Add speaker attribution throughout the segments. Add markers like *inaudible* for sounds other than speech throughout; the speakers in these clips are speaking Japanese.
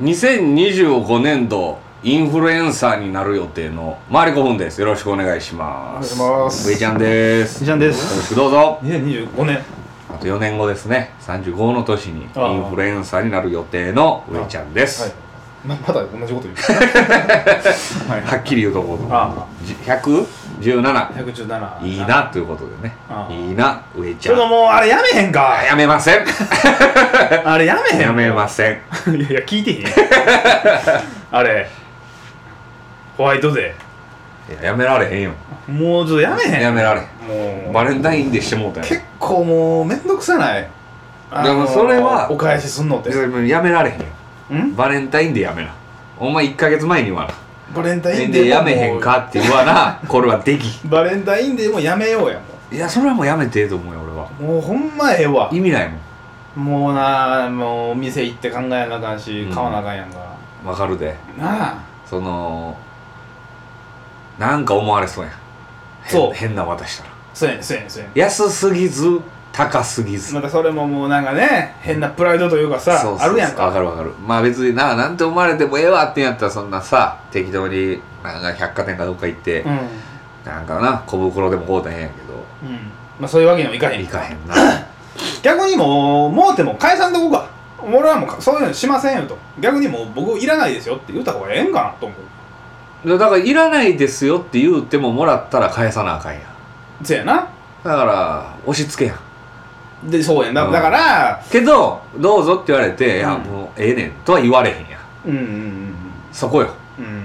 Speaker 1: 2025年度インフルエンサーになる予定のマリコフンですよろしくお願いします
Speaker 2: お願いします
Speaker 1: ブイちゃんです
Speaker 3: 以上です
Speaker 1: よろしくどうぞ
Speaker 2: 2025年
Speaker 1: あと4年後ですね35の年にインフルエンサーになる予定の上ちゃんです
Speaker 2: はい
Speaker 1: は
Speaker 2: ままだ同じこと言う
Speaker 1: っきり言うとこうと
Speaker 2: あ
Speaker 1: じ117
Speaker 2: 117
Speaker 1: いいなということでね
Speaker 2: ああ
Speaker 1: いいな上ち
Speaker 2: ちょ
Speaker 1: ゃ
Speaker 2: っと
Speaker 1: ん
Speaker 2: もうあれやめへん
Speaker 1: あ
Speaker 2: か
Speaker 1: *laughs* やめません
Speaker 2: あれやめへん
Speaker 1: やめません
Speaker 2: *laughs* いやいや聞いてへ
Speaker 1: *laughs*
Speaker 2: んやんあれホワイトデ
Speaker 1: いややめられへんよ
Speaker 2: ーもうちょっとやめへん
Speaker 1: やめられへ
Speaker 2: も
Speaker 1: ん
Speaker 2: う
Speaker 1: バレンタインでしてもうた
Speaker 2: 結構もうめんどくさないあの
Speaker 1: でもそれは
Speaker 2: お返しすんのって
Speaker 1: やんやめられへんよ
Speaker 2: ん
Speaker 1: バレンタインでやめなお前1ヶ月前に言わな
Speaker 2: バレンタインデー
Speaker 1: で
Speaker 2: も
Speaker 1: やめへんかって言わ *laughs* なこれはでき
Speaker 2: バレンタインデーもやめようや
Speaker 1: いやそれはもうやめてえと思うよ俺は
Speaker 2: もうもうほんまええわ
Speaker 1: 意味ないもん
Speaker 2: もうなもう店行って考えなあかんし、
Speaker 1: うん
Speaker 2: 買わなあかんやんか
Speaker 1: わかるで
Speaker 2: なあ
Speaker 1: そのなんか思われそうやん変
Speaker 2: そう
Speaker 1: 変な渡したら
Speaker 2: そうやねんそうやねんそうやね
Speaker 1: 安すぎず高すぎず
Speaker 2: んまたそれももうなんかね変なプライドというかさ
Speaker 1: そうそう
Speaker 2: あるや
Speaker 1: わ
Speaker 2: ん
Speaker 1: か
Speaker 2: か
Speaker 1: るわかるまあ別にななんて思われてもええわってんやったらそんなさ適当になんか百貨店かどっか行って、
Speaker 2: うん、うん
Speaker 1: なんかな小袋でも買うたへんやけど
Speaker 2: まあ、そういうわけにもいかへん
Speaker 1: 行かへんな
Speaker 2: 逆にもうもうても解散とこか俺はもうそういうのしませんよと逆にもう僕いらないですよって言った方がええんかなと思う
Speaker 1: だからいらないですよって言うてももらったら返さなあかんやん
Speaker 2: せやな
Speaker 1: だから押し付けやん
Speaker 2: でそうやんだ,、
Speaker 1: うん
Speaker 2: だから
Speaker 1: けどどうぞって言われて、いや
Speaker 2: うん
Speaker 1: もうええねんとは言われへんやん
Speaker 2: うんうんうん
Speaker 1: そこよ
Speaker 2: うんうんもう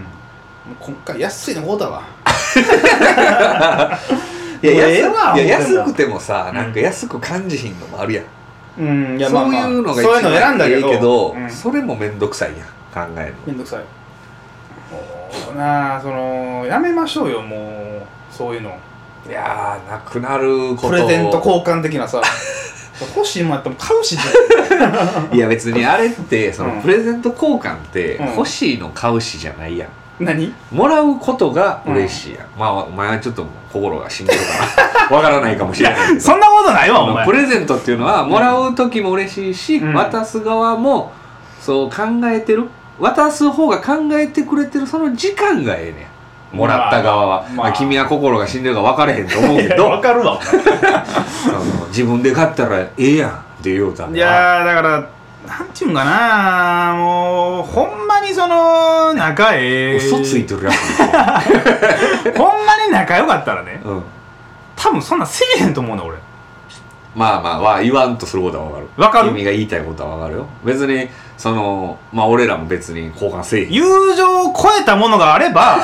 Speaker 2: 今回安いのこうだわ
Speaker 1: *laughs* いや
Speaker 2: もうええ
Speaker 1: 安
Speaker 2: わ
Speaker 1: いや
Speaker 2: 思ってんだ
Speaker 1: 安くてもさ
Speaker 2: ん
Speaker 1: なんか安く感じひんのもあるやん、
Speaker 2: うんいやまあ
Speaker 1: そう
Speaker 2: まあ
Speaker 1: いうのが一
Speaker 2: そういうの選んだ
Speaker 1: 番い
Speaker 2: け
Speaker 1: い
Speaker 2: ど
Speaker 1: けど、
Speaker 2: うん
Speaker 1: それも面倒くさいやん考える
Speaker 2: めんどくさいもうなあそのやめましょうよもうそういうの
Speaker 1: のいやーなくなることを
Speaker 2: プレゼント交換的な *laughs* さ欲しいもんやったら買う *laughs* し
Speaker 1: いや別にあれってその、
Speaker 2: うん
Speaker 1: プレゼント交換って
Speaker 2: うん
Speaker 1: 欲しいの買うしじゃないやん
Speaker 2: 何
Speaker 1: もらうことが嬉しいやん、まあお前はちょっと心が死んでるから *laughs* わからないかもしれない
Speaker 2: *laughs*
Speaker 1: けど
Speaker 2: んなことないわ
Speaker 1: プレゼントっていうのはもらう時も嬉しいし、
Speaker 2: うん
Speaker 1: 渡す側もそう考えてる渡す方が考えてくれてるその時間がええねんもらった側は、
Speaker 2: まあ
Speaker 1: ま
Speaker 2: ま
Speaker 1: あ
Speaker 2: あ
Speaker 1: 君は心が死んでるから分かれへんと思うけど
Speaker 2: かるわ
Speaker 1: その自分で買ったらええやんって言うたん
Speaker 2: いやーだからなんていうんかなもうほんまにその仲ええ
Speaker 1: 嘘ついてるやん、
Speaker 2: ほんまに仲良かったらね
Speaker 1: うん、
Speaker 2: 多分そんなせえへんと思うの俺
Speaker 1: まあまあは言わんとすることは分かる
Speaker 2: わか
Speaker 1: 意味
Speaker 2: る
Speaker 1: が言いたいことは分かるよ別にそのまあ俺らも別に交換せえへん
Speaker 2: 友情を超えたものがあれ *laughs* ば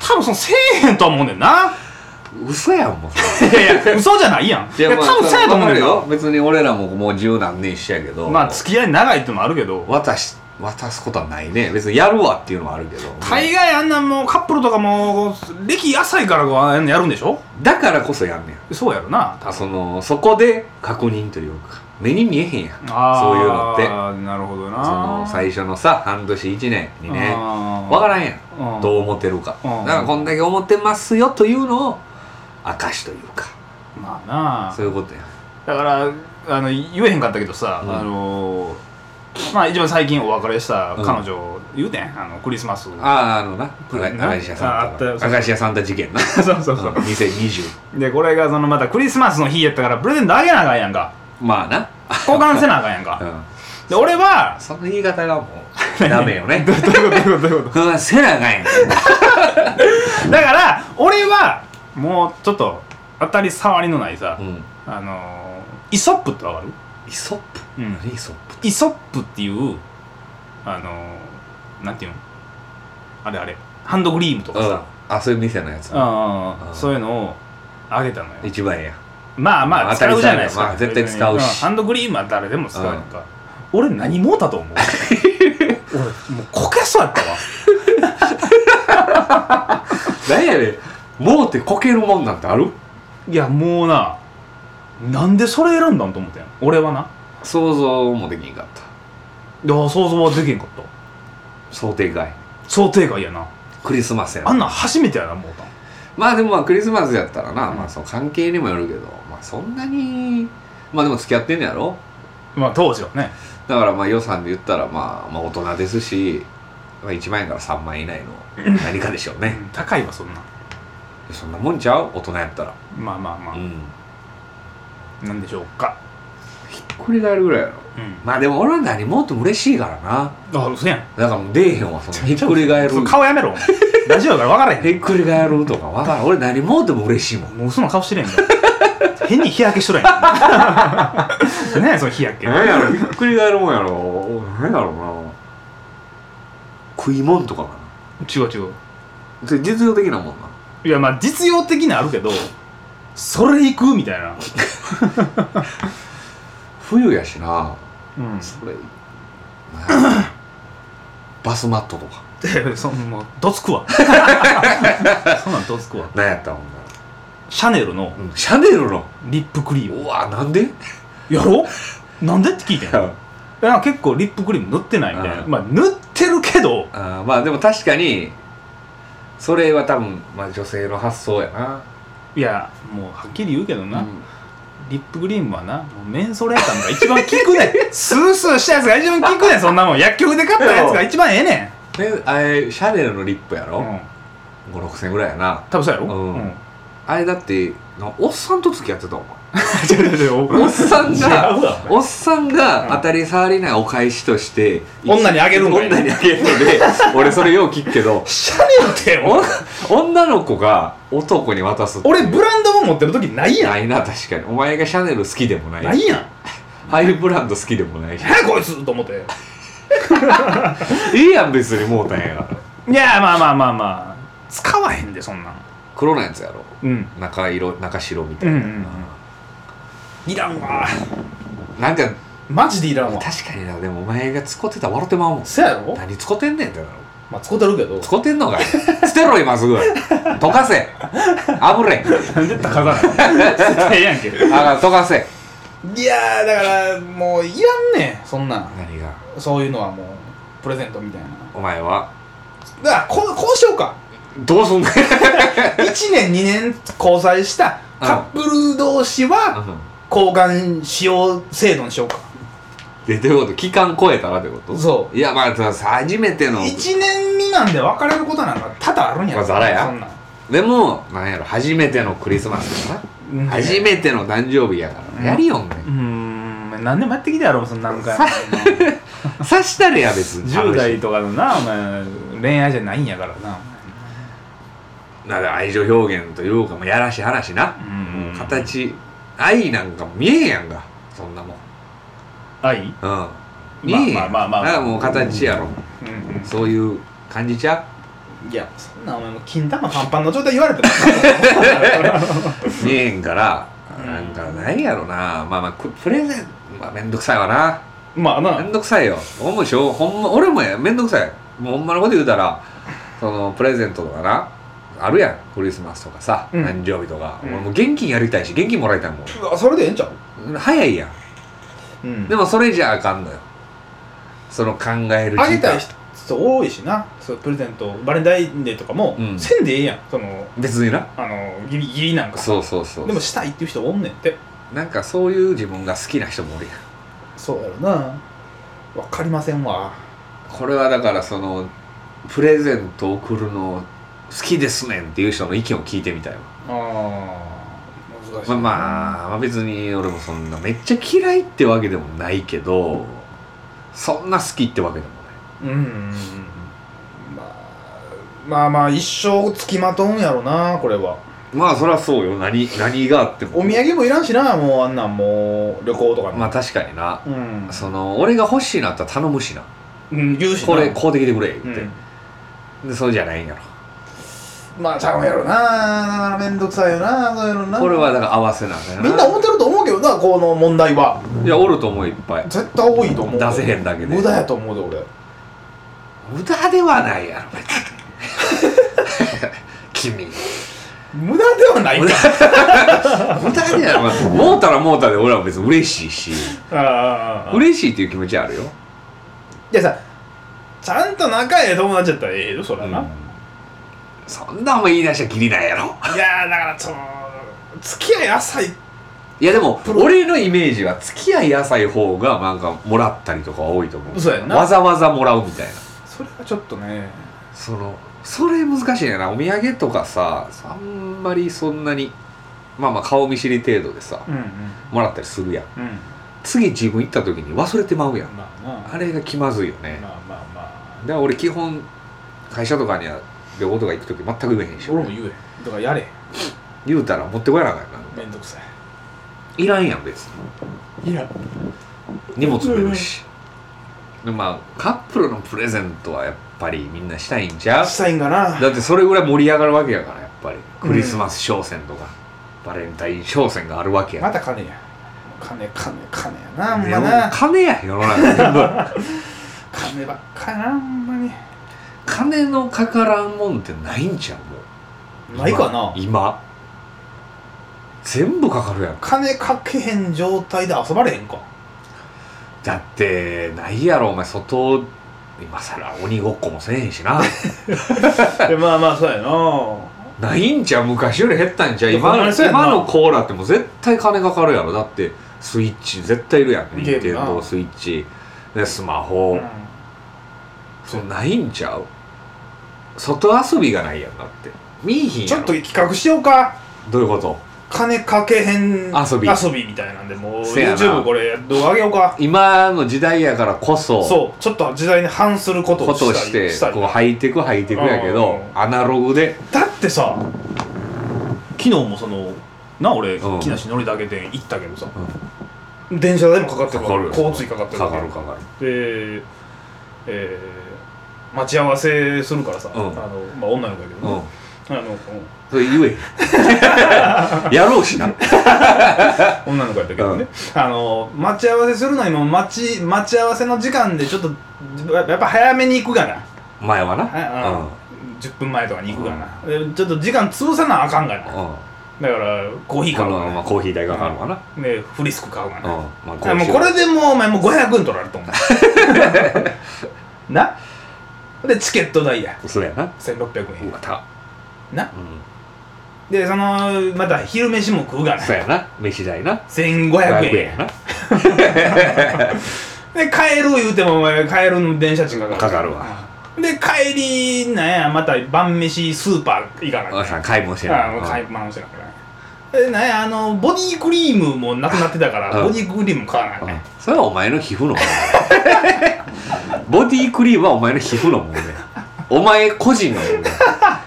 Speaker 2: 多分そのせえへんとは思うねんな *laughs*
Speaker 1: 嘘やんもうそれ
Speaker 2: いやいや嘘じゃないやんいや多分そうやと思
Speaker 1: わか
Speaker 2: うねん
Speaker 1: るよ
Speaker 2: よ
Speaker 1: 別に俺らももう十何年一緒やけど
Speaker 2: まあ付き合い長いってのもあるけど
Speaker 1: 渡し渡すことはないね別にやるわっていうのはあるけど
Speaker 2: 大概あんなんもうカップルとかもう歴浅いからこうあんなやるんでしょ
Speaker 1: だからこそやんねん
Speaker 2: そうやろな多
Speaker 1: あ
Speaker 2: 分
Speaker 1: そのそこで確認というか目に見えへんやんそういうのって
Speaker 2: あーなるほど
Speaker 1: そ
Speaker 2: な
Speaker 1: の最初のさ半年1年2年
Speaker 2: ね
Speaker 1: 分からんやん
Speaker 2: うん
Speaker 1: どう思ってるか
Speaker 2: う
Speaker 1: だ
Speaker 2: ん
Speaker 1: からこんだけ思ってますよというのを証というか
Speaker 2: まあなあ
Speaker 1: そういうことや
Speaker 2: だからあの言えへんかったけどさ、
Speaker 1: うん
Speaker 2: あのーまあ一番最近お別れした彼女、言うてんあのクリスマス
Speaker 1: あああのな
Speaker 2: うん
Speaker 1: 明石家
Speaker 2: あ
Speaker 1: さ
Speaker 2: あ
Speaker 1: ん
Speaker 2: っ
Speaker 1: と
Speaker 2: たよ
Speaker 1: 明石家さんた事件な
Speaker 2: そうそうそう、
Speaker 1: 2020
Speaker 2: *laughs* でこれがそのまたクリスマスの日やったからプレゼントあげなあかんやんか
Speaker 1: *laughs* まあな
Speaker 2: 交換せなあかんやんか
Speaker 1: うん
Speaker 2: で俺は
Speaker 1: その言い方がもうダメよね
Speaker 2: *laughs* どういうことどういうことどういうこ
Speaker 1: うんせなあかんやん
Speaker 2: とだから俺はもうちょっと当たり障りのないさ、
Speaker 1: うん
Speaker 2: あのーイソップってわかる
Speaker 1: イソップ
Speaker 2: うん
Speaker 1: 何イソップ
Speaker 2: イソップっていうあのーなんていうのあれあれハンドクリームとか
Speaker 1: うん
Speaker 2: さ、
Speaker 1: あそういう店のやつ
Speaker 2: うん
Speaker 1: う
Speaker 2: うんんそういうのをあげたのよ
Speaker 1: 一番ええやん
Speaker 2: まあま
Speaker 1: 当
Speaker 2: あ
Speaker 1: た
Speaker 2: 使
Speaker 1: り
Speaker 2: うじゃないですか、
Speaker 1: 前だよまあ絶対使うし
Speaker 2: んハンドクリームは誰でも使うやんか、俺何もうたと *laughs* 思う俺もうこけそうやったわ
Speaker 1: 何やねんもうてこけるもんなんてある
Speaker 2: いやもうななんでそれ選んだんと思ったやん俺はな
Speaker 1: 想像もできんかった
Speaker 2: いや想像はできんかった
Speaker 1: 想定外
Speaker 2: 想定外やな
Speaker 1: クリスマスや
Speaker 2: あ
Speaker 1: なん
Speaker 2: なん初めてやなもうたん
Speaker 1: まあでもまあクリスマスやったらな、
Speaker 2: うん
Speaker 1: まあその関係にもよるけどまあそんなにまあでも付き合ってんのやろ
Speaker 2: まあ当時はね
Speaker 1: だからまあ予算で言ったらまあまあ大人ですし、まあ、1万円から3万円以内 *laughs* の何かでしょうね
Speaker 2: うん高いわそんな
Speaker 1: そんなもんちゃう大人やったら
Speaker 2: まあまあまあ、
Speaker 1: うん
Speaker 2: なんでしょうか
Speaker 1: ひっくり返るぐらいやろ
Speaker 2: うん
Speaker 1: まあでも俺は何もっとも嬉しいからな
Speaker 2: あ嘘やん
Speaker 1: だからもう出えへんわそのひっくり返る
Speaker 2: その顔やめろ *laughs* お前ラジオだから分からへ
Speaker 1: ひっくり返るとかわからん俺何もっとも嬉しいもん
Speaker 2: んもう嘘の顔してるやんか *laughs* 変に日焼けしとるやん *laughs* 何やその日焼け
Speaker 1: 何やろひっくり返るもんやろ何やろな食いもんとかかな
Speaker 2: 違う違う
Speaker 1: それ実用的なもんない
Speaker 2: やまあ実用的なあるけどそれ行くみたいな、
Speaker 1: 冬やしな
Speaker 2: うん、
Speaker 1: それ、なんやバスマットとか
Speaker 2: で *laughs* そのもうどつく *laughs* わそんなんどつくわ
Speaker 1: 何やったもん
Speaker 2: シャネルの
Speaker 1: な、シャネルの
Speaker 2: リップクリーム
Speaker 1: うわなんで
Speaker 2: やろなんでって聞いてん
Speaker 1: あ
Speaker 2: いや結構リップクリーム塗ってないみたいな
Speaker 1: うん
Speaker 2: まあ塗ってるけど
Speaker 1: ーまあでも確かにそれは多分、まあ、女性の発想やない
Speaker 2: やもうはっきり言うけどな、
Speaker 1: うん
Speaker 2: リップクリームはなもうメンソレータンが一番効く *laughs* ねんスースーしたやつが一番効くねんそんなもん薬局で買ったやつが一番ええね
Speaker 1: であれシャネルのリップや
Speaker 2: ん、う
Speaker 1: ろ、
Speaker 2: ん、
Speaker 1: 五六56000円ぐらいやな
Speaker 2: 多分そうやろ
Speaker 1: うん
Speaker 2: うん、 *laughs*
Speaker 1: あれだってなおっさんと付き合ってたお前
Speaker 2: 違う違う違う
Speaker 1: おっさん *laughs* が
Speaker 2: 違うわ
Speaker 1: おっさんが当たり障りないお返しとして、
Speaker 2: 女にあげるんかい
Speaker 1: 女にあげるので *laughs* 俺それよう聞くけど
Speaker 2: シャネルって
Speaker 1: お女の子が男に渡すっていう
Speaker 2: 俺ブランドも持ってる時ないやん
Speaker 1: ないな確かにお前がシャネル好きでもない
Speaker 2: ないやん
Speaker 1: ハイブランド好きでもないし
Speaker 2: 何やこいつと思って
Speaker 1: *laughs* いいやん別にもうたんやから
Speaker 2: いやまあまあまあまあ使わへんでそんなん
Speaker 1: 黒のやつやろ
Speaker 2: うん
Speaker 1: 中色中白みたいな、
Speaker 2: うんうんいらんわ
Speaker 1: なんか
Speaker 2: マジでいらんわ
Speaker 1: 確かになでもお前が使ってたら笑ってまうもん
Speaker 2: せやろ
Speaker 1: 何使ってんねんってなる
Speaker 2: まあ使うてるけど
Speaker 1: 使ってんのかい捨てろ今すぐ溶かせあぶれ
Speaker 2: なんで高さ *laughs* ないええやんけ
Speaker 1: あが溶かせ
Speaker 2: いやーだからもういらんねんそんなん
Speaker 1: 何が
Speaker 2: そういうのはもうプレゼントみたいな
Speaker 1: お前は
Speaker 2: だからこうこうしようか
Speaker 1: どうすんねん
Speaker 2: 1年2年交際したカップル同士は交換使用制度にしようか
Speaker 1: でどういうこと期間超えたらってこと
Speaker 2: そう
Speaker 1: いやまあさ初めての
Speaker 2: 1年未満で別れることなんか多々あるんや
Speaker 1: まあざらや
Speaker 2: そんなん
Speaker 1: でもなんやろ初めてのクリスマスやな
Speaker 2: うん
Speaker 1: 初めての誕生日やから、
Speaker 2: うん
Speaker 1: やりよんね
Speaker 2: うーん何でもやってきたやろそんな
Speaker 1: *laughs*
Speaker 2: んか
Speaker 1: ん刺したれや別に
Speaker 2: 10代とかのなお前恋愛じゃないんやからな
Speaker 1: なんか愛情表現というかもうやらしい話な、
Speaker 2: うん
Speaker 1: も形愛なんか見えんやんかそんなもん
Speaker 2: 愛
Speaker 1: うん見えへんやん
Speaker 2: まあまあまあま
Speaker 1: な
Speaker 2: あ
Speaker 1: んかもう形やろ、
Speaker 2: うんうん
Speaker 1: そういう感じちゃ
Speaker 2: いやそんなお前もう金玉パンパンの状態言われても *laughs*
Speaker 1: う見えへんから
Speaker 2: うん
Speaker 1: なんかないやろなまあまあくプレゼンまあめんどくさいわな
Speaker 2: *laughs* まあな
Speaker 1: めんどくさいよ俺もしょうほんま俺もやめんどくさいもうほんまのこと言うたらそのプレゼントとかなあるやんクリスマスとかさ、
Speaker 2: うん
Speaker 1: 誕生日とか、
Speaker 2: うん
Speaker 1: 俺もう現金やりたいし現金もらいたいもん俺
Speaker 2: あそれでええんちゃう、
Speaker 1: 早いやん
Speaker 2: うん
Speaker 1: でもそれじゃあかんのよその考える
Speaker 2: あげたい人多いしなそうプレゼントバレンタインデーとかも、
Speaker 1: うん
Speaker 2: せんでええやんその
Speaker 1: 別にな
Speaker 2: あのギリギリなんか
Speaker 1: そうそうそう
Speaker 2: でもしたいっていう人おんねんって
Speaker 1: なんかそういう自分が好きな人もおるやん
Speaker 2: そうやろなわかりませんわ
Speaker 1: これはだからそのプレゼント送るの好きですねんっていう人の意見を聞いてみたいわ
Speaker 2: あー難しい
Speaker 1: まあ、
Speaker 2: な
Speaker 1: まあ、まあ別に俺もそんなめっちゃ嫌いってわけでもないけどそんな好きってわけでも
Speaker 2: うんうんうんまあまあまあ一生つきまとうんやろなこれは
Speaker 1: ないまあそりゃそうよ何何があっても
Speaker 2: お土産もいらんしなもうあんなんもう旅行とかに
Speaker 1: まあ確かにな
Speaker 2: うん
Speaker 1: その俺が欲しいなったら頼むしな
Speaker 2: うん言うしな
Speaker 1: これ買うてきてくれ言っ
Speaker 2: う
Speaker 1: て、
Speaker 2: ん
Speaker 1: でそうじゃないんやろ
Speaker 2: まあちゃうんやろなだからめんどくさいよなそういうのな
Speaker 1: これはだから合わせなあかんよ
Speaker 2: みんな思ってると思うけどなこの問題はい
Speaker 1: やおると思ういっぱい
Speaker 2: 絶対多いと思う
Speaker 1: 出せへんだけで
Speaker 2: 無駄やと思うで
Speaker 1: 無駄ではないやろ別に *laughs* 君
Speaker 2: 俺無駄ではない
Speaker 1: 無駄無駄ではないもうたらもうたで俺は別に嬉しいし
Speaker 2: ああ
Speaker 1: 嬉しいっていう気持ちはあるよ、
Speaker 2: いやさちゃんと仲ええ友達やったらええよそらな、
Speaker 1: うんそんなんも言い出しゃきりないやろ
Speaker 2: いやーだからその付き合い浅い
Speaker 1: いやでも
Speaker 2: プロ
Speaker 1: 俺のイメージは付き合い浅い方がなんかもらったりとか多いと思う
Speaker 2: そうやんな
Speaker 1: わざわざもらうみたいな
Speaker 2: それはちょっとね
Speaker 1: そのそれ難しいんやなお土産とかさあんまりそんなにまあまあ顔見知り程度でさ
Speaker 2: うんうん
Speaker 1: もらったりするやん
Speaker 2: うん
Speaker 1: 次自分行った時に忘れてまうやん
Speaker 2: まあな
Speaker 1: あれが気まずいよねだか
Speaker 2: まあまあまあ
Speaker 1: ら俺基本会社とかには旅行とか行く時全く言えへんし
Speaker 2: 俺も言えだからやれ
Speaker 1: 言うたら持ってこやなあかんやな
Speaker 2: めんどくさい
Speaker 1: いらんやん別に
Speaker 2: いや
Speaker 1: 荷物増えるし、でまあカップルのプレゼントはやっぱりみんなしたいんじゃう
Speaker 2: したいんかな
Speaker 1: だってそれぐらい盛り上がるわけやからやっぱりクリスマス商戦とか、バレンタイン商戦があるわけ
Speaker 2: ま
Speaker 1: や、
Speaker 2: た金や金金金やなほん
Speaker 1: いや
Speaker 2: ま
Speaker 1: もう
Speaker 2: な
Speaker 1: 金や世の中全部
Speaker 2: 金ばっかやなほんまに
Speaker 1: *laughs* 金のかからんもんってないんちゃうもう
Speaker 2: ないかな
Speaker 1: 今全部かかるやん
Speaker 2: 金かけへん状態で遊ばれへんか
Speaker 1: だってないやろお前外今さら鬼ごっこもせえへんし
Speaker 2: *laughs*
Speaker 1: な
Speaker 2: で *laughs* まあまあそうやな
Speaker 1: ないんちゃう昔より減ったんちゃう
Speaker 2: ほんま
Speaker 1: 今
Speaker 2: にそうやんな
Speaker 1: 今のコーラってもう絶対金かかるやろだってスイッチ絶対いるやん
Speaker 2: ゲ
Speaker 1: 任
Speaker 2: ー
Speaker 1: 天
Speaker 2: ムな
Speaker 1: 堂スイッチでスマホ、
Speaker 2: うん
Speaker 1: そうないんちゃう外遊びがないやんだって見いひんや
Speaker 2: ちょ
Speaker 1: ろ
Speaker 2: っと企画しようか
Speaker 1: どういうこと
Speaker 2: 金かけへん
Speaker 1: 遊び
Speaker 2: 遊びみたいなんでもう
Speaker 1: せやな
Speaker 2: YouTube これ動画上げようか
Speaker 1: 今の時代やからこそ
Speaker 2: そうちょっと時代に反すること
Speaker 1: こ
Speaker 2: を
Speaker 1: とを
Speaker 2: し
Speaker 1: したて
Speaker 2: いしたい
Speaker 1: こうハイテクハイテクやけど
Speaker 2: う
Speaker 1: アナログで
Speaker 2: だってさ昨日もそのな俺
Speaker 1: うん
Speaker 2: 木梨憲武店行ったけどさ、電車代もかかってるわ交通費かかってる
Speaker 1: か
Speaker 2: わ
Speaker 1: かるかかる
Speaker 2: で、えー待ち合わせするからさ、
Speaker 1: うん
Speaker 2: あのまあ、女の子やけど
Speaker 1: うん
Speaker 2: ね、あの
Speaker 1: それ言え *laughs* やろうしな
Speaker 2: 女の子やったけどね、あの待ち合わせするのにも待ち待ち合わせの時間でちょっとややっぱ早めに行くがな、
Speaker 1: 前は
Speaker 2: は
Speaker 1: な
Speaker 2: うん、10分前とかに行くがな、でちょっと時間潰さなあかんがな
Speaker 1: う
Speaker 2: だ
Speaker 1: ん
Speaker 2: か
Speaker 1: うん
Speaker 2: らコーヒー買う
Speaker 1: まあまあ
Speaker 2: が
Speaker 1: コーヒー代かかるわな
Speaker 2: な、ね、フリスク買うが
Speaker 1: うん
Speaker 2: な、
Speaker 1: まあコ
Speaker 2: いや
Speaker 1: ー
Speaker 2: もう
Speaker 1: ヒー
Speaker 2: これでもうお前もう500円取られると
Speaker 1: *laughs*
Speaker 2: 思うなでチケット代や
Speaker 1: それやな
Speaker 2: 1600円
Speaker 1: また
Speaker 2: な
Speaker 1: う
Speaker 2: でそのまた昼飯も食うが
Speaker 1: ん
Speaker 2: な
Speaker 1: そうやな飯代な
Speaker 2: 1500
Speaker 1: 500
Speaker 2: 円
Speaker 1: やな
Speaker 2: で帰る言うてもお前帰るの電車賃かかる
Speaker 1: かかるわ
Speaker 2: で帰りなんやまた晩飯スーパー行かな
Speaker 1: お母
Speaker 2: き
Speaker 1: さん買い物して
Speaker 2: ゃあ
Speaker 1: な
Speaker 2: もう
Speaker 1: い
Speaker 2: 買い物しなきゃなでなんやあのボディクリームもなくなってたから
Speaker 1: うん
Speaker 2: ボディクリーム買わなあかん
Speaker 1: うんそれはお前の皮膚の問題ボディクリームはお前の皮膚の問題お前個人の問題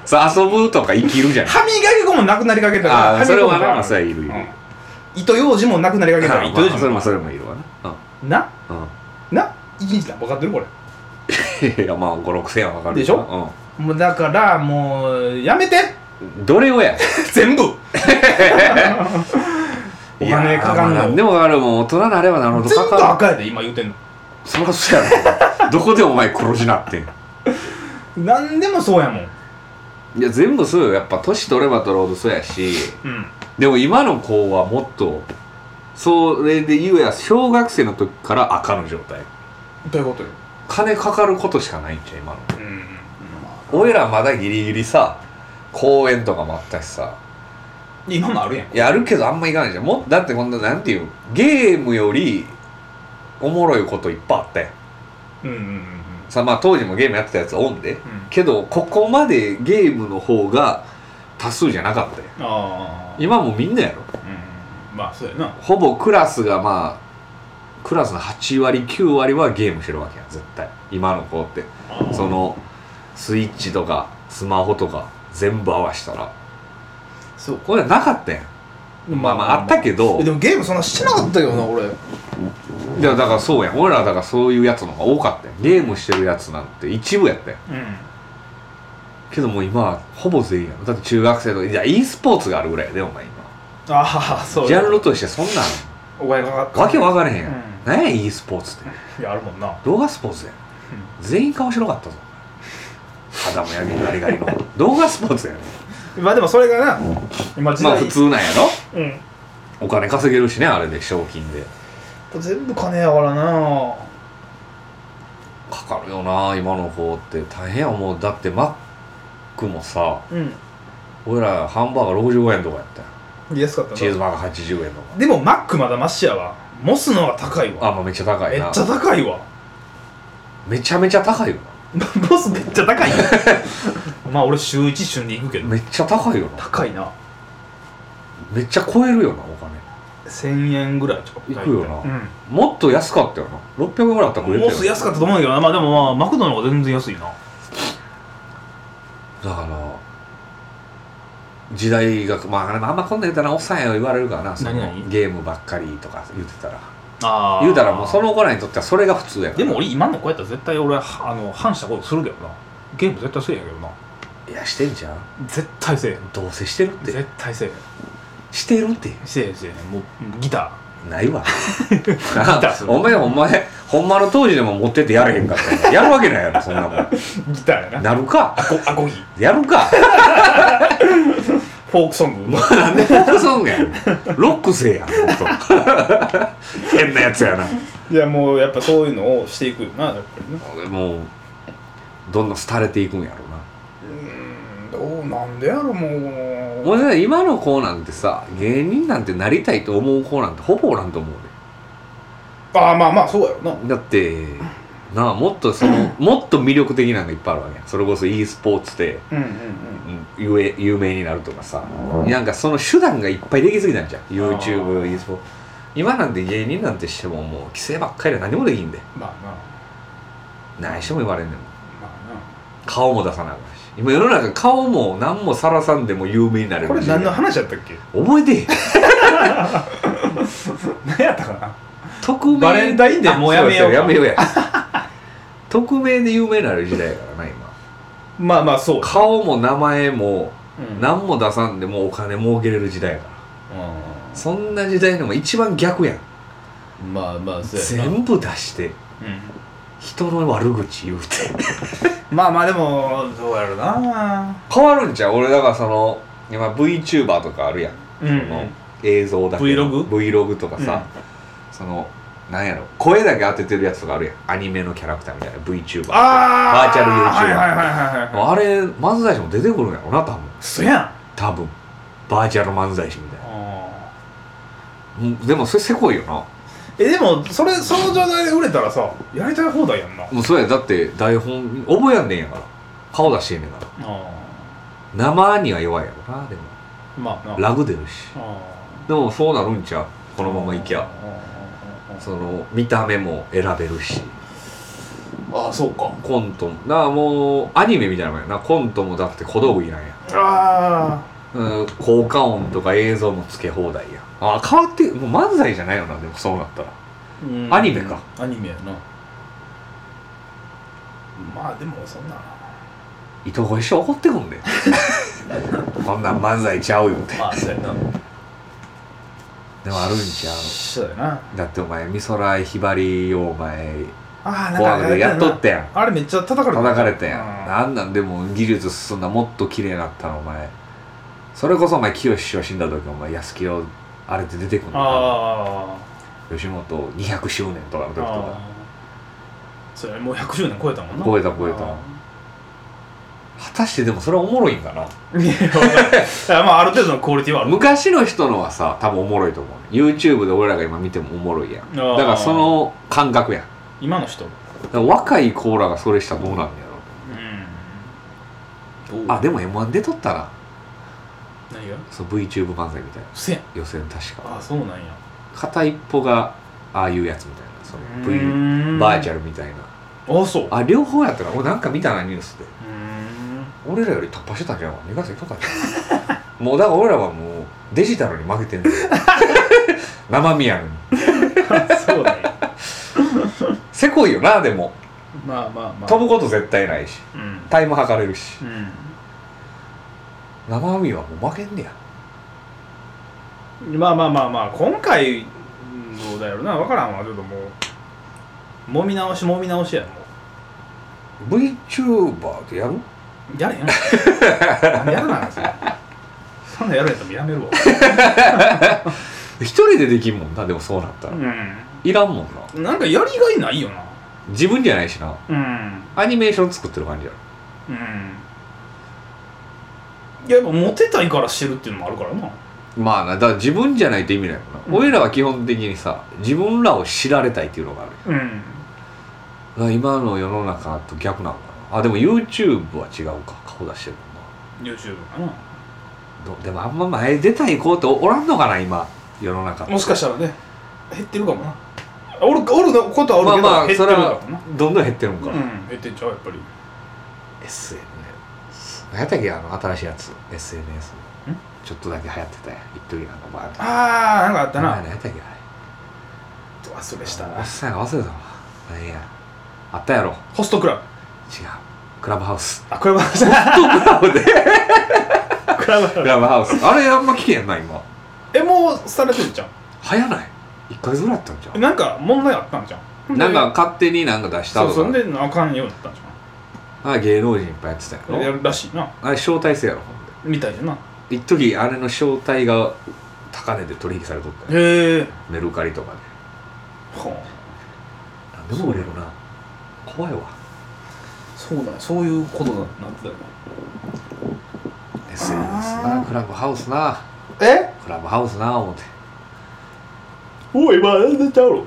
Speaker 1: そう遊ぶとか生きるじゃ
Speaker 2: *laughs*
Speaker 1: ない
Speaker 2: 歯磨き粉もなくなりかけたから
Speaker 1: あー
Speaker 2: 歯磨き粉
Speaker 1: それは
Speaker 2: も買わ
Speaker 1: まあまあそれはいるいる
Speaker 2: うん糸ようじもなくなりかけたから
Speaker 1: あ
Speaker 2: 糸よ
Speaker 1: ま
Speaker 2: う
Speaker 1: あ
Speaker 2: じ
Speaker 1: それ
Speaker 2: も
Speaker 1: もそれもいるわな
Speaker 2: な
Speaker 1: うんうん
Speaker 2: な一日だ分かってるこれ
Speaker 1: いやまあ56000円はわかる
Speaker 2: でしょもうだからもうやめて
Speaker 1: うんどれをや
Speaker 2: *laughs* 全部お金かかん
Speaker 1: いやーまあ
Speaker 2: の
Speaker 1: 何でもかかるもん大人なればなるほど
Speaker 2: 全
Speaker 1: か
Speaker 2: 部
Speaker 1: かる
Speaker 2: 赤やで今言うてんの
Speaker 1: そらそうやろどこでお前黒字なってん
Speaker 2: 何でもそうやもん
Speaker 1: いや全部そうよやっぱ年取れば取るほどそうやし
Speaker 2: うん
Speaker 1: でも今の子はもっとそれで言うや小学生の時から赤の状態
Speaker 2: どういうことよ
Speaker 1: 金かかることしかないんちゃう今の
Speaker 2: うん
Speaker 1: 俺らまだギリギリさ公園とかもあったしさ
Speaker 2: 今もあるや
Speaker 1: い
Speaker 2: ん
Speaker 1: やあるけどあんま行かないじゃんもうだってこんななんていうゲームよりおもろいこといっぱいあったやん
Speaker 2: うんうんうんうん
Speaker 1: さまあ当時もゲームやってたやつはオンで
Speaker 2: うん
Speaker 1: けどここまでゲームの方が多数じゃなかったやん
Speaker 2: ああ
Speaker 1: 今もうみんなやろ
Speaker 2: うんまあそうやな
Speaker 1: ほぼクラスがまあクラスの8割9割はゲームしてるわけやん絶対今の子ってそのスイッチとかスマホとか全部合わしたら
Speaker 2: そう
Speaker 1: これなかったやんまあまああったけど
Speaker 2: えでもゲームそんなしてなかったよな俺
Speaker 1: いやだからそうやん俺らだからそういうやつの方が多かったやんゲームしてるやつなんて一部やったやん
Speaker 2: うん
Speaker 1: けどもう今はほぼ全員やろだって中学生とかいや e スポーツがあるぐらいやでお前今
Speaker 2: ああそう
Speaker 1: ジ
Speaker 2: や
Speaker 1: ャンルとしてそんなん
Speaker 2: お金かか
Speaker 1: わけ分からへんやん、
Speaker 2: うん
Speaker 1: 何や e スポーツって
Speaker 2: いやあるもんな
Speaker 1: 動画スポーツやん全員顔白かったぞ肌も闇ガリガリの動画スポーツやね
Speaker 2: まあでもそれがな今時
Speaker 1: まあ
Speaker 2: 代
Speaker 1: 普通なんやろ
Speaker 2: うん
Speaker 1: お金稼げるしねあれで賞金で
Speaker 2: 全部金やからな
Speaker 1: かかるよな今の子って大変やもうだってマックもさ
Speaker 2: うん
Speaker 1: 俺らハンバーガー65円とかやったよ
Speaker 2: 安かったな
Speaker 1: チーズバーガー80円の
Speaker 2: でもマックまだマシやわモスの方が高いわ
Speaker 1: あまあめっちゃ高
Speaker 2: め
Speaker 1: い
Speaker 2: っ
Speaker 1: な
Speaker 2: ちゃ高いわ *laughs*
Speaker 1: めちゃめちゃ高いよ
Speaker 2: モスめっちゃ *laughs* 高いよまあ俺週1週2行くけ
Speaker 1: な
Speaker 2: ど
Speaker 1: めっちゃ高いよな
Speaker 2: 高いな
Speaker 1: めっちゃ超えるよなお金
Speaker 2: 1000円ぐらいちょっ
Speaker 1: 行
Speaker 2: と
Speaker 1: くよな
Speaker 2: うん
Speaker 1: もっと安かったよな600円ぐらいあったら食える
Speaker 2: モス安かったと思うんだけどなまあでもまあマクドの方が全然安いな
Speaker 1: だから時代がまああれもあんまこんなん言うたらおっさんや言われるからなその
Speaker 2: 何々
Speaker 1: ゲームばっかりとか言ってたら
Speaker 2: ああ
Speaker 1: 言うたらもうその子らにとってはそれが普通やから
Speaker 2: でも俺今の子やったら絶対俺はあの反したことするけどなゲーム絶対せえへんけどない
Speaker 1: やしてんじゃん
Speaker 2: 絶対せえへん
Speaker 1: どうせしてるって
Speaker 2: 絶対せえへん
Speaker 1: してるって
Speaker 2: せえへんせえへんもうギタ
Speaker 1: ない
Speaker 2: *laughs*
Speaker 1: わ
Speaker 2: たそれ
Speaker 1: お前お前ほんまの当時でも持ってってやれへんかったらやるわけないやろそんなもん
Speaker 2: ーギターやな
Speaker 1: なるか
Speaker 2: アコアコギ
Speaker 1: やるか
Speaker 2: フォークソング
Speaker 1: なんでフォークソングやねんロックせえやん
Speaker 2: *laughs*
Speaker 1: ほんと変なやつやない
Speaker 2: やもうやっぱそういうのをしていくよなやっぱりね
Speaker 1: もうどんどん廃れていくんやろうな
Speaker 2: うんどうなんでやろもう
Speaker 1: もうね今の子なんてさ芸人なんてなりたいと思う子なんてほぼおらんと思う
Speaker 2: ああまあまあそうやろな
Speaker 1: ねだってなあもっとそ
Speaker 2: *clears throat*
Speaker 1: のもっと魅力的なのいっぱいあるわけやんそれこそ e スポーツで
Speaker 2: うんうん
Speaker 1: うん有名有名になるとかさ、なんかその手段がいっぱいできすぎたんじゃん YouTube
Speaker 2: あ
Speaker 1: e スポーツ今なんて芸人なんてしてももう規制ばっかりで何もできんで
Speaker 2: まあな
Speaker 1: 何しても言われんねんもん
Speaker 2: ま
Speaker 1: 顔も出さなあかんし今世の中顔も何もさらさんでも有名にな
Speaker 2: あ
Speaker 1: れる
Speaker 2: なこれ
Speaker 1: 時代
Speaker 2: 何の話やったっけ
Speaker 1: 覚えてへん
Speaker 2: *laughs* 何やったかな
Speaker 1: 匿名
Speaker 2: バレンタインデーもうやめようか
Speaker 1: そそやめようや *laughs* 匿名で有名になる時代やからな今
Speaker 2: *laughs* まあまあそう
Speaker 1: 顔も名前も
Speaker 2: うん
Speaker 1: 何も出さんでもお金儲けれる時代やからそんな時代のも一番逆やん
Speaker 2: うんまあまあそうやな
Speaker 1: 全部出して人の悪口言うて *laughs*
Speaker 2: まあまあでもどうやろうな
Speaker 1: 変わるんちゃう俺だからその今 VTuber とかあるやん、
Speaker 2: うん
Speaker 1: その映像だけの
Speaker 2: Vlog？
Speaker 1: Vlog とかさ、そのなんやろ声だけ当ててるやつとかあるやんアニメのキャラクターみたいな VTuber
Speaker 2: ああ
Speaker 1: バーチャル YouTuber
Speaker 2: はいはいはいはいはい
Speaker 1: あれ漫才師も出てくるんやろな多分
Speaker 2: そやん
Speaker 1: 多分バーチャル漫才師みたいなうんでもそれせこいよな
Speaker 2: えでもそれその状態で売れたらさやりたい放題やんな
Speaker 1: もうそれだって台本覚えやんねんやから顔出してんねんから生には弱いやろなでも
Speaker 2: まあ
Speaker 1: ラグ出るし
Speaker 2: こ
Speaker 1: でもそうなるんちゃうこのままいきゃその見た目も選べるし
Speaker 2: ああそうか
Speaker 1: コントもだからもうアニメみたいなもんやなコントもだって小道具いらんやん
Speaker 2: あ
Speaker 1: うん効果音とか映像もつけ放題やんあ変わってもう漫才じゃないよなでもそうなったら
Speaker 2: あ
Speaker 1: アニメか
Speaker 2: アニメやなまあでもそんな
Speaker 1: 伊藤ご一緒怒ってくんねこんなん漫才ちゃうよって
Speaker 2: まあそうやな
Speaker 1: でもあるんちゃう
Speaker 2: そうやな
Speaker 1: だってお前美空ひばりをお前
Speaker 2: ああ
Speaker 1: 紅白でやっとったやん
Speaker 2: あれめっちゃ叩かれた
Speaker 1: 叩かれたやん
Speaker 2: うん
Speaker 1: なんなんでも技術進んだもっと綺麗になったのお前それこそお前清志師匠死んだ時お前安清あれで出てくんの
Speaker 2: あ
Speaker 1: 吉本200周年とかの時
Speaker 2: あ
Speaker 1: とか
Speaker 2: それもう100周年超えたもんな
Speaker 1: 超えた超えた
Speaker 2: た
Speaker 1: 果たしてでもそれはおもろいんかない
Speaker 2: やまあある程度のクオリティはある
Speaker 1: 昔の人のはさ多分おもろいと思う、ね、YouTube で俺らが今見てもおもろいやんだ
Speaker 2: あー
Speaker 1: からその感覚やん
Speaker 2: 今の人うん
Speaker 1: だから若いコーラがそれしたらどうなんねやろあでも m 1出とったな
Speaker 2: 何が
Speaker 1: そう VTube 漫才みたいな
Speaker 2: せやん
Speaker 1: 予選確か
Speaker 2: あそうなんや
Speaker 1: 片一方がああいうやつみたいなその V バーチャルみたいな
Speaker 2: ルあそうう
Speaker 1: あ両方やったな俺なんか見たなニュースで
Speaker 2: ーん
Speaker 1: 俺らより突破してたんじゃん2月にとったんじ *laughs* ゃんもうだから俺らはもうデジタルに負けてんだよ *laughs* 生身やのに
Speaker 2: あそうだよ
Speaker 1: せこいよなでも
Speaker 2: まあまあま
Speaker 1: *laughs*
Speaker 2: あ
Speaker 1: 飛ぶこと絶対ないし
Speaker 2: うん
Speaker 1: タイム測れるし
Speaker 2: うん
Speaker 1: 生身はもう負けんねや
Speaker 2: まあまあまあまあ今回どうだよな分からんわちょっともうもみ直しもみ直しやも
Speaker 1: VTuber ってやる
Speaker 2: うやれへん *laughs* やるなそれそんなんやるんやったらやめるわ
Speaker 1: 一人でできんもんなでもそうなったら、
Speaker 2: う
Speaker 1: いらんもんなん
Speaker 2: なんかやりがいないよな
Speaker 1: 自分じゃないしな
Speaker 2: うん
Speaker 1: アニメーション作ってる感じやろ
Speaker 2: うんいややっぱモテたいからしてるっていうのもあるからな
Speaker 1: まあなだから自分じゃないと意味ないもんな、
Speaker 2: うん
Speaker 1: 俺らは基本的にさ自分らを知られたいっていうのがある
Speaker 2: うん
Speaker 1: だから今の世の中と逆なのかなあでも YouTube は違うか顔出してるもんな
Speaker 2: YouTube かな
Speaker 1: どでもあんま前出たい子っておおらんのかな今世の中
Speaker 2: もしかしたらね減ってるかもなおるおるのことは
Speaker 1: まあ
Speaker 2: おるけど、
Speaker 1: まあ
Speaker 2: 減っ
Speaker 1: そ
Speaker 2: て
Speaker 1: れ
Speaker 2: るか
Speaker 1: は
Speaker 2: もな
Speaker 1: どんどん減ってるんか、
Speaker 2: うん減ってんちゃうやっぱり
Speaker 1: SNS 何やったっけあの新しいやつ SNS ちょっとだけ流行ってたやん一時なんかバーッ
Speaker 2: ああなんかあったな、
Speaker 1: 何やったっけあれ
Speaker 2: 忘れした
Speaker 1: おっさんが忘れたわ何やあったやろ違う
Speaker 2: ホストクラブ
Speaker 1: クラブハウス
Speaker 2: あクラブハウ *laughs* スク
Speaker 1: クラブで
Speaker 2: ラブハ
Speaker 1: ク
Speaker 2: ウス
Speaker 1: ラブハウ *laughs* スあれあんま聞けへんな今
Speaker 2: えもうされてるじゃん
Speaker 1: 早ない1ヶ月ぐらいやったんじゃ
Speaker 2: え
Speaker 1: ん
Speaker 2: なんか問題あったんじゃん
Speaker 1: なんか勝手になんか出した
Speaker 2: そう
Speaker 1: と
Speaker 2: そ
Speaker 1: か
Speaker 2: んであかんようになったんじ
Speaker 1: あ芸能人いっぱいやってた
Speaker 2: ゃんや
Speaker 1: やろ
Speaker 2: るらしいな
Speaker 1: あれ招待制やろほんで
Speaker 2: みたいじゃな
Speaker 1: 一時あれの正体が高値で取引されとったよ
Speaker 2: へえ
Speaker 1: メルカリとかで
Speaker 2: は
Speaker 1: 何でも売れるな怖いわ
Speaker 2: あそうだねそういうことだなんてだよ
Speaker 1: SNS なクラブハウスな
Speaker 2: え
Speaker 1: クラブハウスな思って
Speaker 2: おい今なんでちゃうろ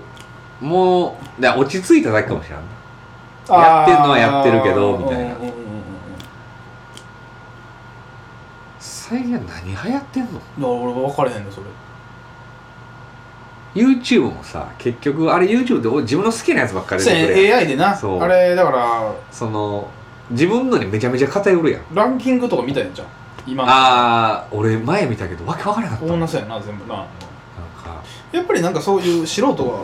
Speaker 1: もうで落ち着いただけかもしれんなやってんのはやってるけどみたいな最近は何流行ってんの
Speaker 2: いや俺は分かれへんのそれ
Speaker 1: YouTube もさ結局あれ YouTube でお自分の好きなやつばっかり出てくれやん
Speaker 2: AI でな
Speaker 1: そう
Speaker 2: あれだから
Speaker 1: その自分のにめちゃめちゃ偏るやん
Speaker 2: ランキングとか見たやんじゃん今
Speaker 1: あー俺前見たけどわけわからなかった
Speaker 2: 同
Speaker 1: なん
Speaker 2: じやな全部な
Speaker 1: か
Speaker 2: やっぱりなんかそういう素人が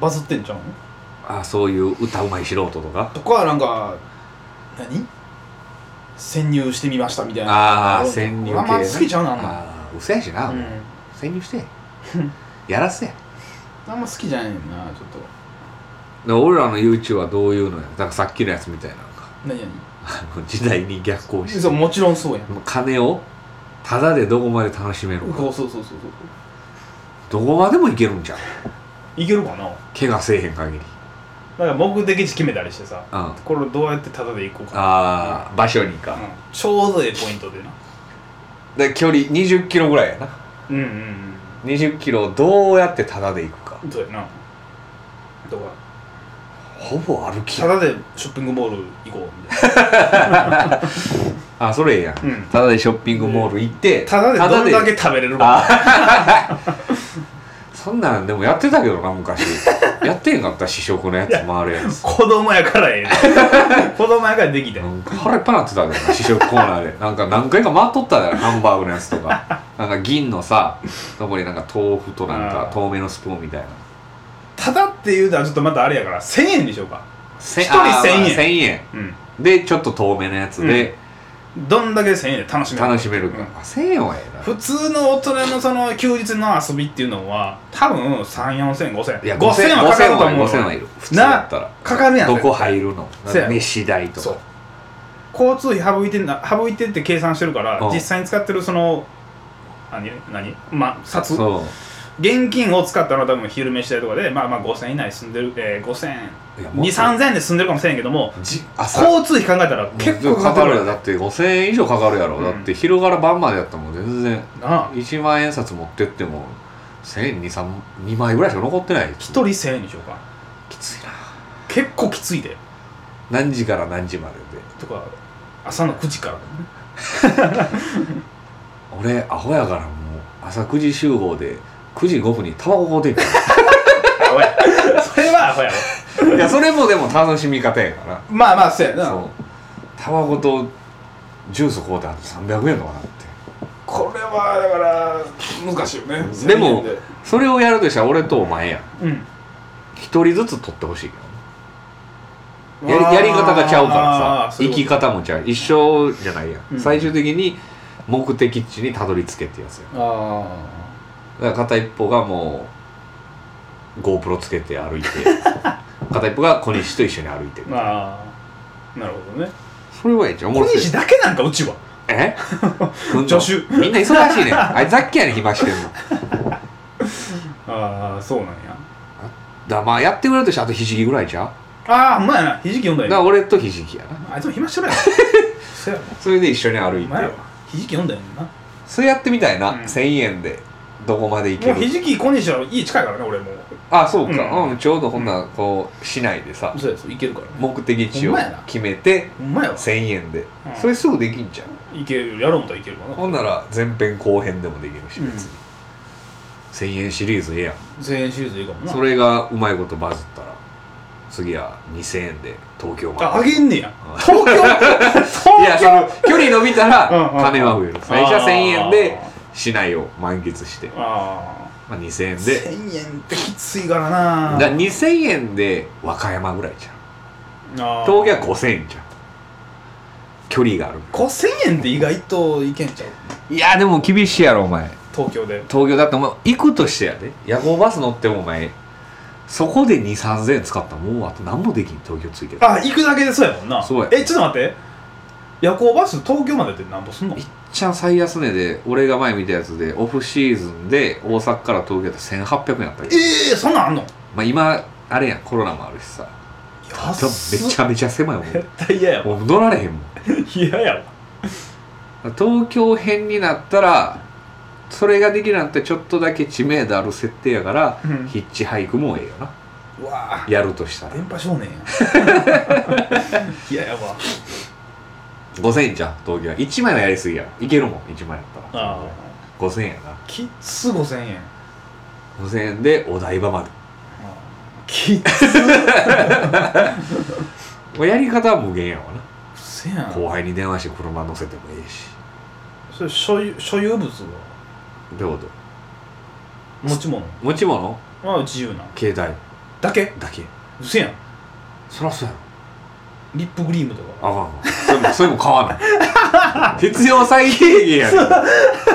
Speaker 2: バズってんじゃん
Speaker 1: あーそういう歌うまい素人とか
Speaker 2: とかなんか何潜入してみましたみたいな
Speaker 1: あー潜入系
Speaker 2: あんま好きちゃうなあんな
Speaker 1: ああ嘘やしな、
Speaker 2: うん
Speaker 1: 潜入してやらせや
Speaker 2: あんま好きじゃないねんなちょっと
Speaker 1: で俺らの YouTube はどういうのやだからさっきのやつみたいなのか *laughs*
Speaker 2: 何何
Speaker 1: あの時代に逆行して
Speaker 2: そうもちろんそうやん
Speaker 1: 金をタダでどこまで楽しめるか
Speaker 2: そうそうそうそうそう
Speaker 1: どこまでもいけるんじゃん
Speaker 2: いけるかな
Speaker 1: 怪我せえへん限り、
Speaker 2: なんか目的地決めたりしてさ
Speaker 1: うん、
Speaker 2: これどうやってタダで行こうか
Speaker 1: あー場所にか、
Speaker 2: な、うん、ちょうどええポイントでな
Speaker 1: で距離2 0キロぐらいやな
Speaker 2: うんうん
Speaker 1: 2 0キロをどうやってタダで行くか
Speaker 2: うんそうやなとか
Speaker 1: ほぼ歩き
Speaker 2: タ
Speaker 1: や
Speaker 2: ダでショッピングモール行こうみたい
Speaker 1: あそれええやん、
Speaker 2: な、うん、
Speaker 1: タダでショッピングモール行って、
Speaker 2: タダでどんだけ食べれるか
Speaker 1: あそんなんでもやってたけどな昔 *laughs* やってへんかった試食のやつ回るやつ
Speaker 2: 子供やからええ *laughs* ねん子供やからできた
Speaker 1: な
Speaker 2: よ
Speaker 1: んか腹いっぱいなってたで試食コーナーでなんか何回か回っとったでハンバーグのやつと
Speaker 2: *laughs*
Speaker 1: かなんか銀のさそこになんか豆腐となん
Speaker 2: あ
Speaker 1: か
Speaker 2: ー
Speaker 1: 透明のスプーンみたいな
Speaker 2: ただって言うたらちょっとまたあれやから1000円でしょうか
Speaker 1: 1
Speaker 2: 一人1000円
Speaker 1: 1000円
Speaker 2: うん
Speaker 1: でちょっと透明のやつで
Speaker 2: どんだけ1000円で楽しめる
Speaker 1: 楽しめるから、
Speaker 2: うん
Speaker 1: あ1000円はええ
Speaker 2: 普通の大人のその休日の遊びっていうのは多分34000 5000
Speaker 1: ないや
Speaker 2: 5000円はかかると思う
Speaker 1: 5000はいる普通だったら
Speaker 2: かかるやん
Speaker 1: どこ入るの
Speaker 2: そうや
Speaker 1: 飯代と
Speaker 2: そ
Speaker 1: か
Speaker 2: う交通費省いてんな省いてって計算してるから
Speaker 1: うん
Speaker 2: 実際に使ってるその何何まあ札
Speaker 1: そう
Speaker 2: 現金を使ったのは多分昼飯代とかでまあまあ5000円以内に住んでる、えー、5000
Speaker 1: いや
Speaker 2: 2 3 0 0円で住んでるかもしれんけども
Speaker 1: じ朝
Speaker 2: 交通費考えたら結構
Speaker 1: か
Speaker 2: か
Speaker 1: か
Speaker 2: か
Speaker 1: る
Speaker 2: る
Speaker 1: よだって5000円以上かかるやろ、
Speaker 2: うん
Speaker 1: だって昼から晩までやったらもん全然
Speaker 2: なあ
Speaker 1: 1万円札持ってっても1000円2枚ぐらいしか残ってない
Speaker 2: 一人1000円にしようか
Speaker 1: きついな
Speaker 2: 結構きついで
Speaker 1: 何時から何時までで
Speaker 2: とか朝の9時から
Speaker 1: 俺アホやからもう朝9時集合で9時5分にタバコ買うてんか
Speaker 2: *laughs* アホや *laughs* それはアホやわ
Speaker 1: らいやそれもでも楽しみ方やか
Speaker 2: まあまあそうや
Speaker 1: ら
Speaker 2: な
Speaker 1: そうタバコとジュース買うてあと300円とかなって
Speaker 2: これはだから難しいよね
Speaker 1: でも
Speaker 2: 1000円で
Speaker 1: それをやるとしたら俺とお前やん
Speaker 2: うん
Speaker 1: 一人ずつ取ってほしいけどねやりやり方がちゃうから
Speaker 2: あー
Speaker 1: さ
Speaker 2: そう
Speaker 1: 生
Speaker 2: いうこと
Speaker 1: き方もちゃう一緒じゃないやん、
Speaker 2: うん
Speaker 1: 最終的に目的地にたどり着けってやつや
Speaker 2: あ
Speaker 1: だから片一方がもう GoPro つけて歩い
Speaker 2: *laughs*
Speaker 1: て片一方が小西と一緒に歩いてる
Speaker 2: ーまあなるほどね
Speaker 1: それはいいじゃんおも
Speaker 2: 小
Speaker 1: ろそう
Speaker 2: 西だけなんかうちは
Speaker 1: え
Speaker 2: *laughs* 助手
Speaker 1: みんな忙
Speaker 2: *laughs*
Speaker 1: しいねんあいつさっきやねん暇してんのだか
Speaker 2: ああそうなんや
Speaker 1: らまあやってくれるとしたらあとひじきぐらいじゃう
Speaker 2: ああほんまやなひじき読んだ
Speaker 1: だ
Speaker 2: よ
Speaker 1: から
Speaker 2: な
Speaker 1: 俺とひじきやな *laughs*
Speaker 2: あいつも暇しとるやんそうやろ
Speaker 1: それで一緒に歩い
Speaker 2: お
Speaker 1: て
Speaker 2: 前らはひじき読んだよな
Speaker 1: それやってみたいな、
Speaker 2: うん
Speaker 1: 1000円でどこまでいけ
Speaker 2: もうひ
Speaker 1: る
Speaker 2: じき小西は家近いからね俺も
Speaker 1: あそうか、
Speaker 2: う
Speaker 1: うんんちょうどほんならこう市内でさ
Speaker 2: そうですいけるからね
Speaker 1: 目的地を
Speaker 2: ほんまやな
Speaker 1: 決めて
Speaker 2: ほんまやわ
Speaker 1: 1000円で、
Speaker 2: うん
Speaker 1: それすぐできんじゃん
Speaker 2: いけるやろうもたらいけるかな
Speaker 1: ほんなら前編後編でもできるし別に、1000円シリーズええやん
Speaker 2: 全円シリーズいいかもな
Speaker 1: それがうまいことバズったら次は2000円で東京まで
Speaker 2: ああげんねや
Speaker 1: うん
Speaker 2: 東京
Speaker 1: *laughs* いや
Speaker 2: 東
Speaker 1: そ
Speaker 2: 京
Speaker 1: の距離伸びたら
Speaker 2: うんうん
Speaker 1: 金は増える最初は1000円で
Speaker 2: あ
Speaker 1: 市内を満喫して、
Speaker 2: ーあ
Speaker 1: まあ、2000円
Speaker 2: ー
Speaker 1: で
Speaker 2: 1000円ってきついからな
Speaker 1: だから2000円で和歌山ぐらいじゃん
Speaker 2: あー
Speaker 1: 東京は5000円じゃん距離がある
Speaker 2: 5000円で意外といけんちゃう
Speaker 1: いやでも厳しいやろお前
Speaker 2: 東京で
Speaker 1: 東京だってお前行くとしてやで夜行バス乗ってもお前そこで2 3 0 0円使ったらもうあと何もできん東京ついてる
Speaker 2: あ行くだけでそうやもんな
Speaker 1: そうや
Speaker 2: えちょっと待って夜行バス東京までってなんぼすんの
Speaker 1: いっちゃん最安値で俺が前見たやつでオフシーズンで大阪から東京やったら1800円やったり
Speaker 2: ええそんなんあんの
Speaker 1: まあ今あれやんコロナもあるしさ
Speaker 2: 安っ
Speaker 1: めちゃめちゃ狭いもん
Speaker 2: 絶対嫌やわ
Speaker 1: もう乗られへんもん
Speaker 2: 嫌やわ
Speaker 1: 東京編になったらそれができるなんてちょっとだけ知名度ある設定やから、
Speaker 2: うん
Speaker 1: ヒッチハイクもええよな
Speaker 2: うわあ
Speaker 1: やるとしたら
Speaker 2: 電波少年や嫌や *laughs* わ
Speaker 1: 5000円じゃん東京は1枚のやりすぎやろいけるもん1枚やったら
Speaker 2: あ
Speaker 1: 5000円やな
Speaker 2: きっつ5000円
Speaker 1: 5000円でお台場まで
Speaker 2: きっ
Speaker 1: もうやり方は無限やわな
Speaker 2: つやん
Speaker 1: 後輩に電話して車乗せてもええし
Speaker 2: それ所有所有物は
Speaker 1: どういうこ
Speaker 2: 持ち物
Speaker 1: と持ち物
Speaker 2: は自由な
Speaker 1: 携帯
Speaker 2: だけ
Speaker 1: だけ
Speaker 2: うせやん
Speaker 1: そらそうやろ
Speaker 2: リップグリームとか
Speaker 1: あかんわそれもそれも買わない *laughs* 必要最低限やから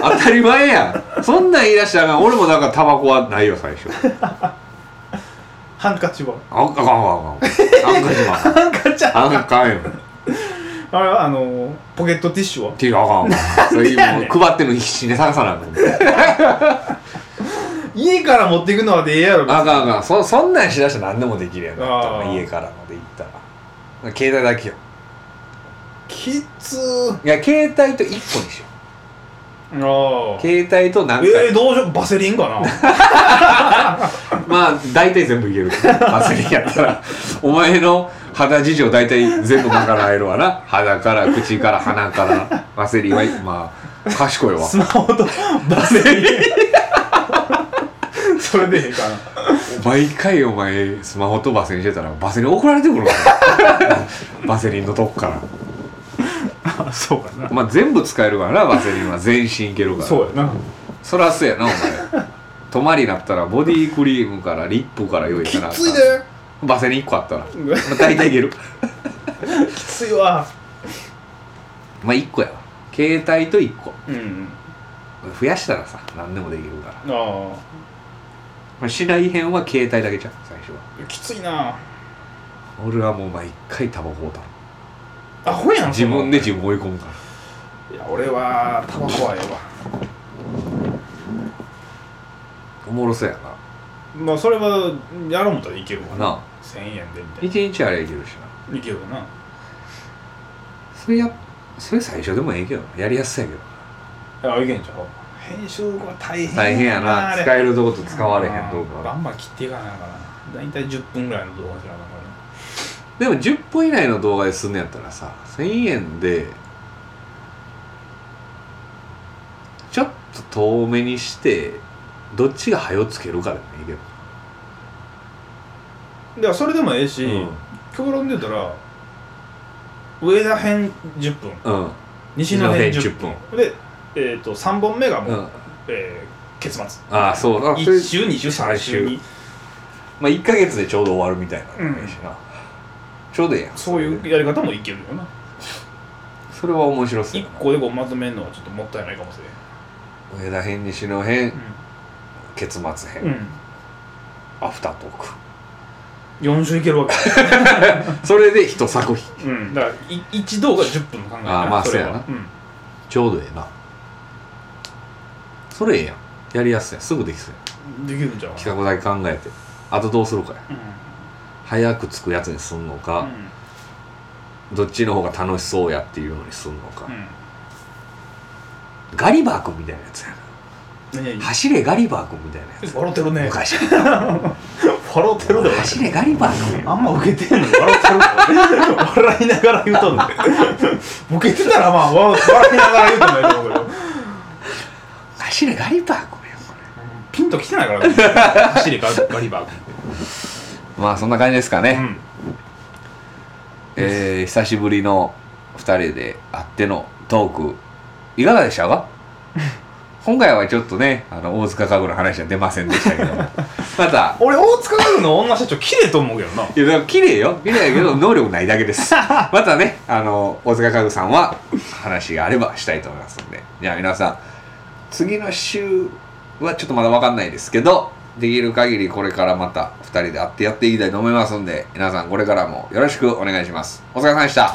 Speaker 1: 当たり前やんそんなん言い出したらあかん俺もなんかタバコはないよ最初
Speaker 2: ハンカチは
Speaker 1: ああかんわあかんわあんかじま
Speaker 2: ハンカチは
Speaker 1: あんかんよ
Speaker 2: あれはあのーポケットティッシュは
Speaker 1: ていうかあかんわそういう
Speaker 2: やねん
Speaker 1: もう配ってるの必死で探さなあかん
Speaker 2: 家から持っていくのはでええやろ
Speaker 1: あかんあかんそそんなんしだしたら何でもできるやんだっ
Speaker 2: あ
Speaker 1: たら
Speaker 2: ー
Speaker 1: 家からまで行ったら携帯だけよ
Speaker 2: きっつー
Speaker 1: いや携帯と一個にしよ
Speaker 2: あ
Speaker 1: う
Speaker 2: あ
Speaker 1: 携帯と何
Speaker 2: ええ
Speaker 1: 回、
Speaker 2: ー、どうしようバセリンか *laughs* な
Speaker 1: まあ大体全部いけるパセリやったらお前の肌事情大体全部賄えるわな肌から口から鼻からパセリはまあ賢いわ
Speaker 2: スマホとバセリンそれでええかな
Speaker 1: 毎回お前スマホとバセリンしてたらバセリン怒られてくるわバセリンのとこから
Speaker 2: あそうかな
Speaker 1: まあ全部使えるからなバセリンは全身いけるから
Speaker 2: そうやな
Speaker 1: そらそうやなお前泊まりになったらボディクリームからリップから用意
Speaker 2: き
Speaker 1: か
Speaker 2: っ
Speaker 1: なあかん
Speaker 2: ついで
Speaker 1: バセリン1個あったら、ま
Speaker 2: うわ
Speaker 1: あ、大体いける
Speaker 2: きついわ
Speaker 1: まあ1個やわ携帯と1個
Speaker 2: うん
Speaker 1: 増やしたらさ何でもできるから
Speaker 2: ああ
Speaker 1: まあ市内編は携帯だけじゃん最初は
Speaker 2: きついな
Speaker 1: 俺はもう毎回タバコをた
Speaker 2: アホやんそ
Speaker 1: 自
Speaker 2: んな
Speaker 1: 分で自分追い込むから
Speaker 2: いや俺はタバコはええわ
Speaker 1: おもろそうや
Speaker 2: まあそれはやろうもたらいけるわ
Speaker 1: な
Speaker 2: な
Speaker 1: な
Speaker 2: 1000円でみたい
Speaker 1: 1日あれいけるしな
Speaker 2: ないけるわな
Speaker 1: それやそれ最初でもええけどなやりやすそうやけど
Speaker 2: あいけんちゃう編集が大変
Speaker 1: 大変やな使えるとこと使われへんとこ
Speaker 2: バ
Speaker 1: は
Speaker 2: ンバン切っていかないから大体10分ぐらいの動画しなあかんから
Speaker 1: で
Speaker 2: な
Speaker 1: も10分以内の動画で済んのやったらさ1000円でちょっと遠めにしてどっちが早つけるかでもいいけど、
Speaker 2: だからそれでもええし、極論で言ったら上田編10分
Speaker 1: うんうん
Speaker 2: 西の編
Speaker 1: 西
Speaker 2: 10
Speaker 1: の編
Speaker 2: 分で、えー、と3本目がもう、
Speaker 1: うん
Speaker 2: えー結末
Speaker 1: ああそうだ
Speaker 2: 1週2週3
Speaker 1: 最
Speaker 2: 週
Speaker 1: 終
Speaker 2: に
Speaker 1: まあ1か月でちょうど終わるみたいなのもいいしな、ちょうどええやん
Speaker 2: そういうやり方もいけるよな
Speaker 1: それは面白そうや
Speaker 2: 1個でこうまとめるのはちょっともったいないかもしれ
Speaker 1: な上田編西の編
Speaker 2: ん
Speaker 1: 結末編、
Speaker 2: うん、
Speaker 1: アフタートーク
Speaker 2: うん、4週いけるわけ、
Speaker 1: それで一作品
Speaker 2: うん、だからい一動画10分の考え
Speaker 1: あーまあ
Speaker 2: れは
Speaker 1: そうやな
Speaker 2: うん
Speaker 1: ちょうどええなそれええやんやりやすいやんすぐできそうやん
Speaker 2: できるんちゃうか
Speaker 1: 企画だけ考えてあとどうするかや
Speaker 2: な
Speaker 1: 早く着くやつにすんの
Speaker 2: うん
Speaker 1: か、どっちの方が楽しそうやっていうのにすんのか、
Speaker 2: うんうん
Speaker 1: ガリバー君みたいなやつやな
Speaker 2: 何々
Speaker 1: 走れガリバー君みたいなやつ
Speaker 2: 笑ってるね *laughs*
Speaker 1: 昔
Speaker 2: 笑ってるで
Speaker 1: 走れガリバー君
Speaker 2: あんま受けてんのに笑ってるで笑いながら言うとんねん受けてたらまあ笑笑いながら言うとんねんけど
Speaker 1: 走れガリバー君やこ
Speaker 2: ピンときてないから *laughs* ね走りガガリバー
Speaker 1: れまあそんな感じですかね、
Speaker 2: うん
Speaker 1: えー久しぶりの2人で会ってのトークいかがでしたか今回はちょっとねあの大塚家具の話は出ませんでしたけども *laughs* また
Speaker 2: 俺大塚家具の女社長綺麗と思うけどない
Speaker 1: やだから綺麗よ綺麗やけど能力ないだけですまたねあの大塚家具さんは話があればしたいと思いますのでじゃあ皆さん次の週はちょっとまだ分かんないですけどできる限りこれからまた2人で会ってやっていきたいと思いますんで皆さんこれからもよろしくお願いしますお疲れ様でした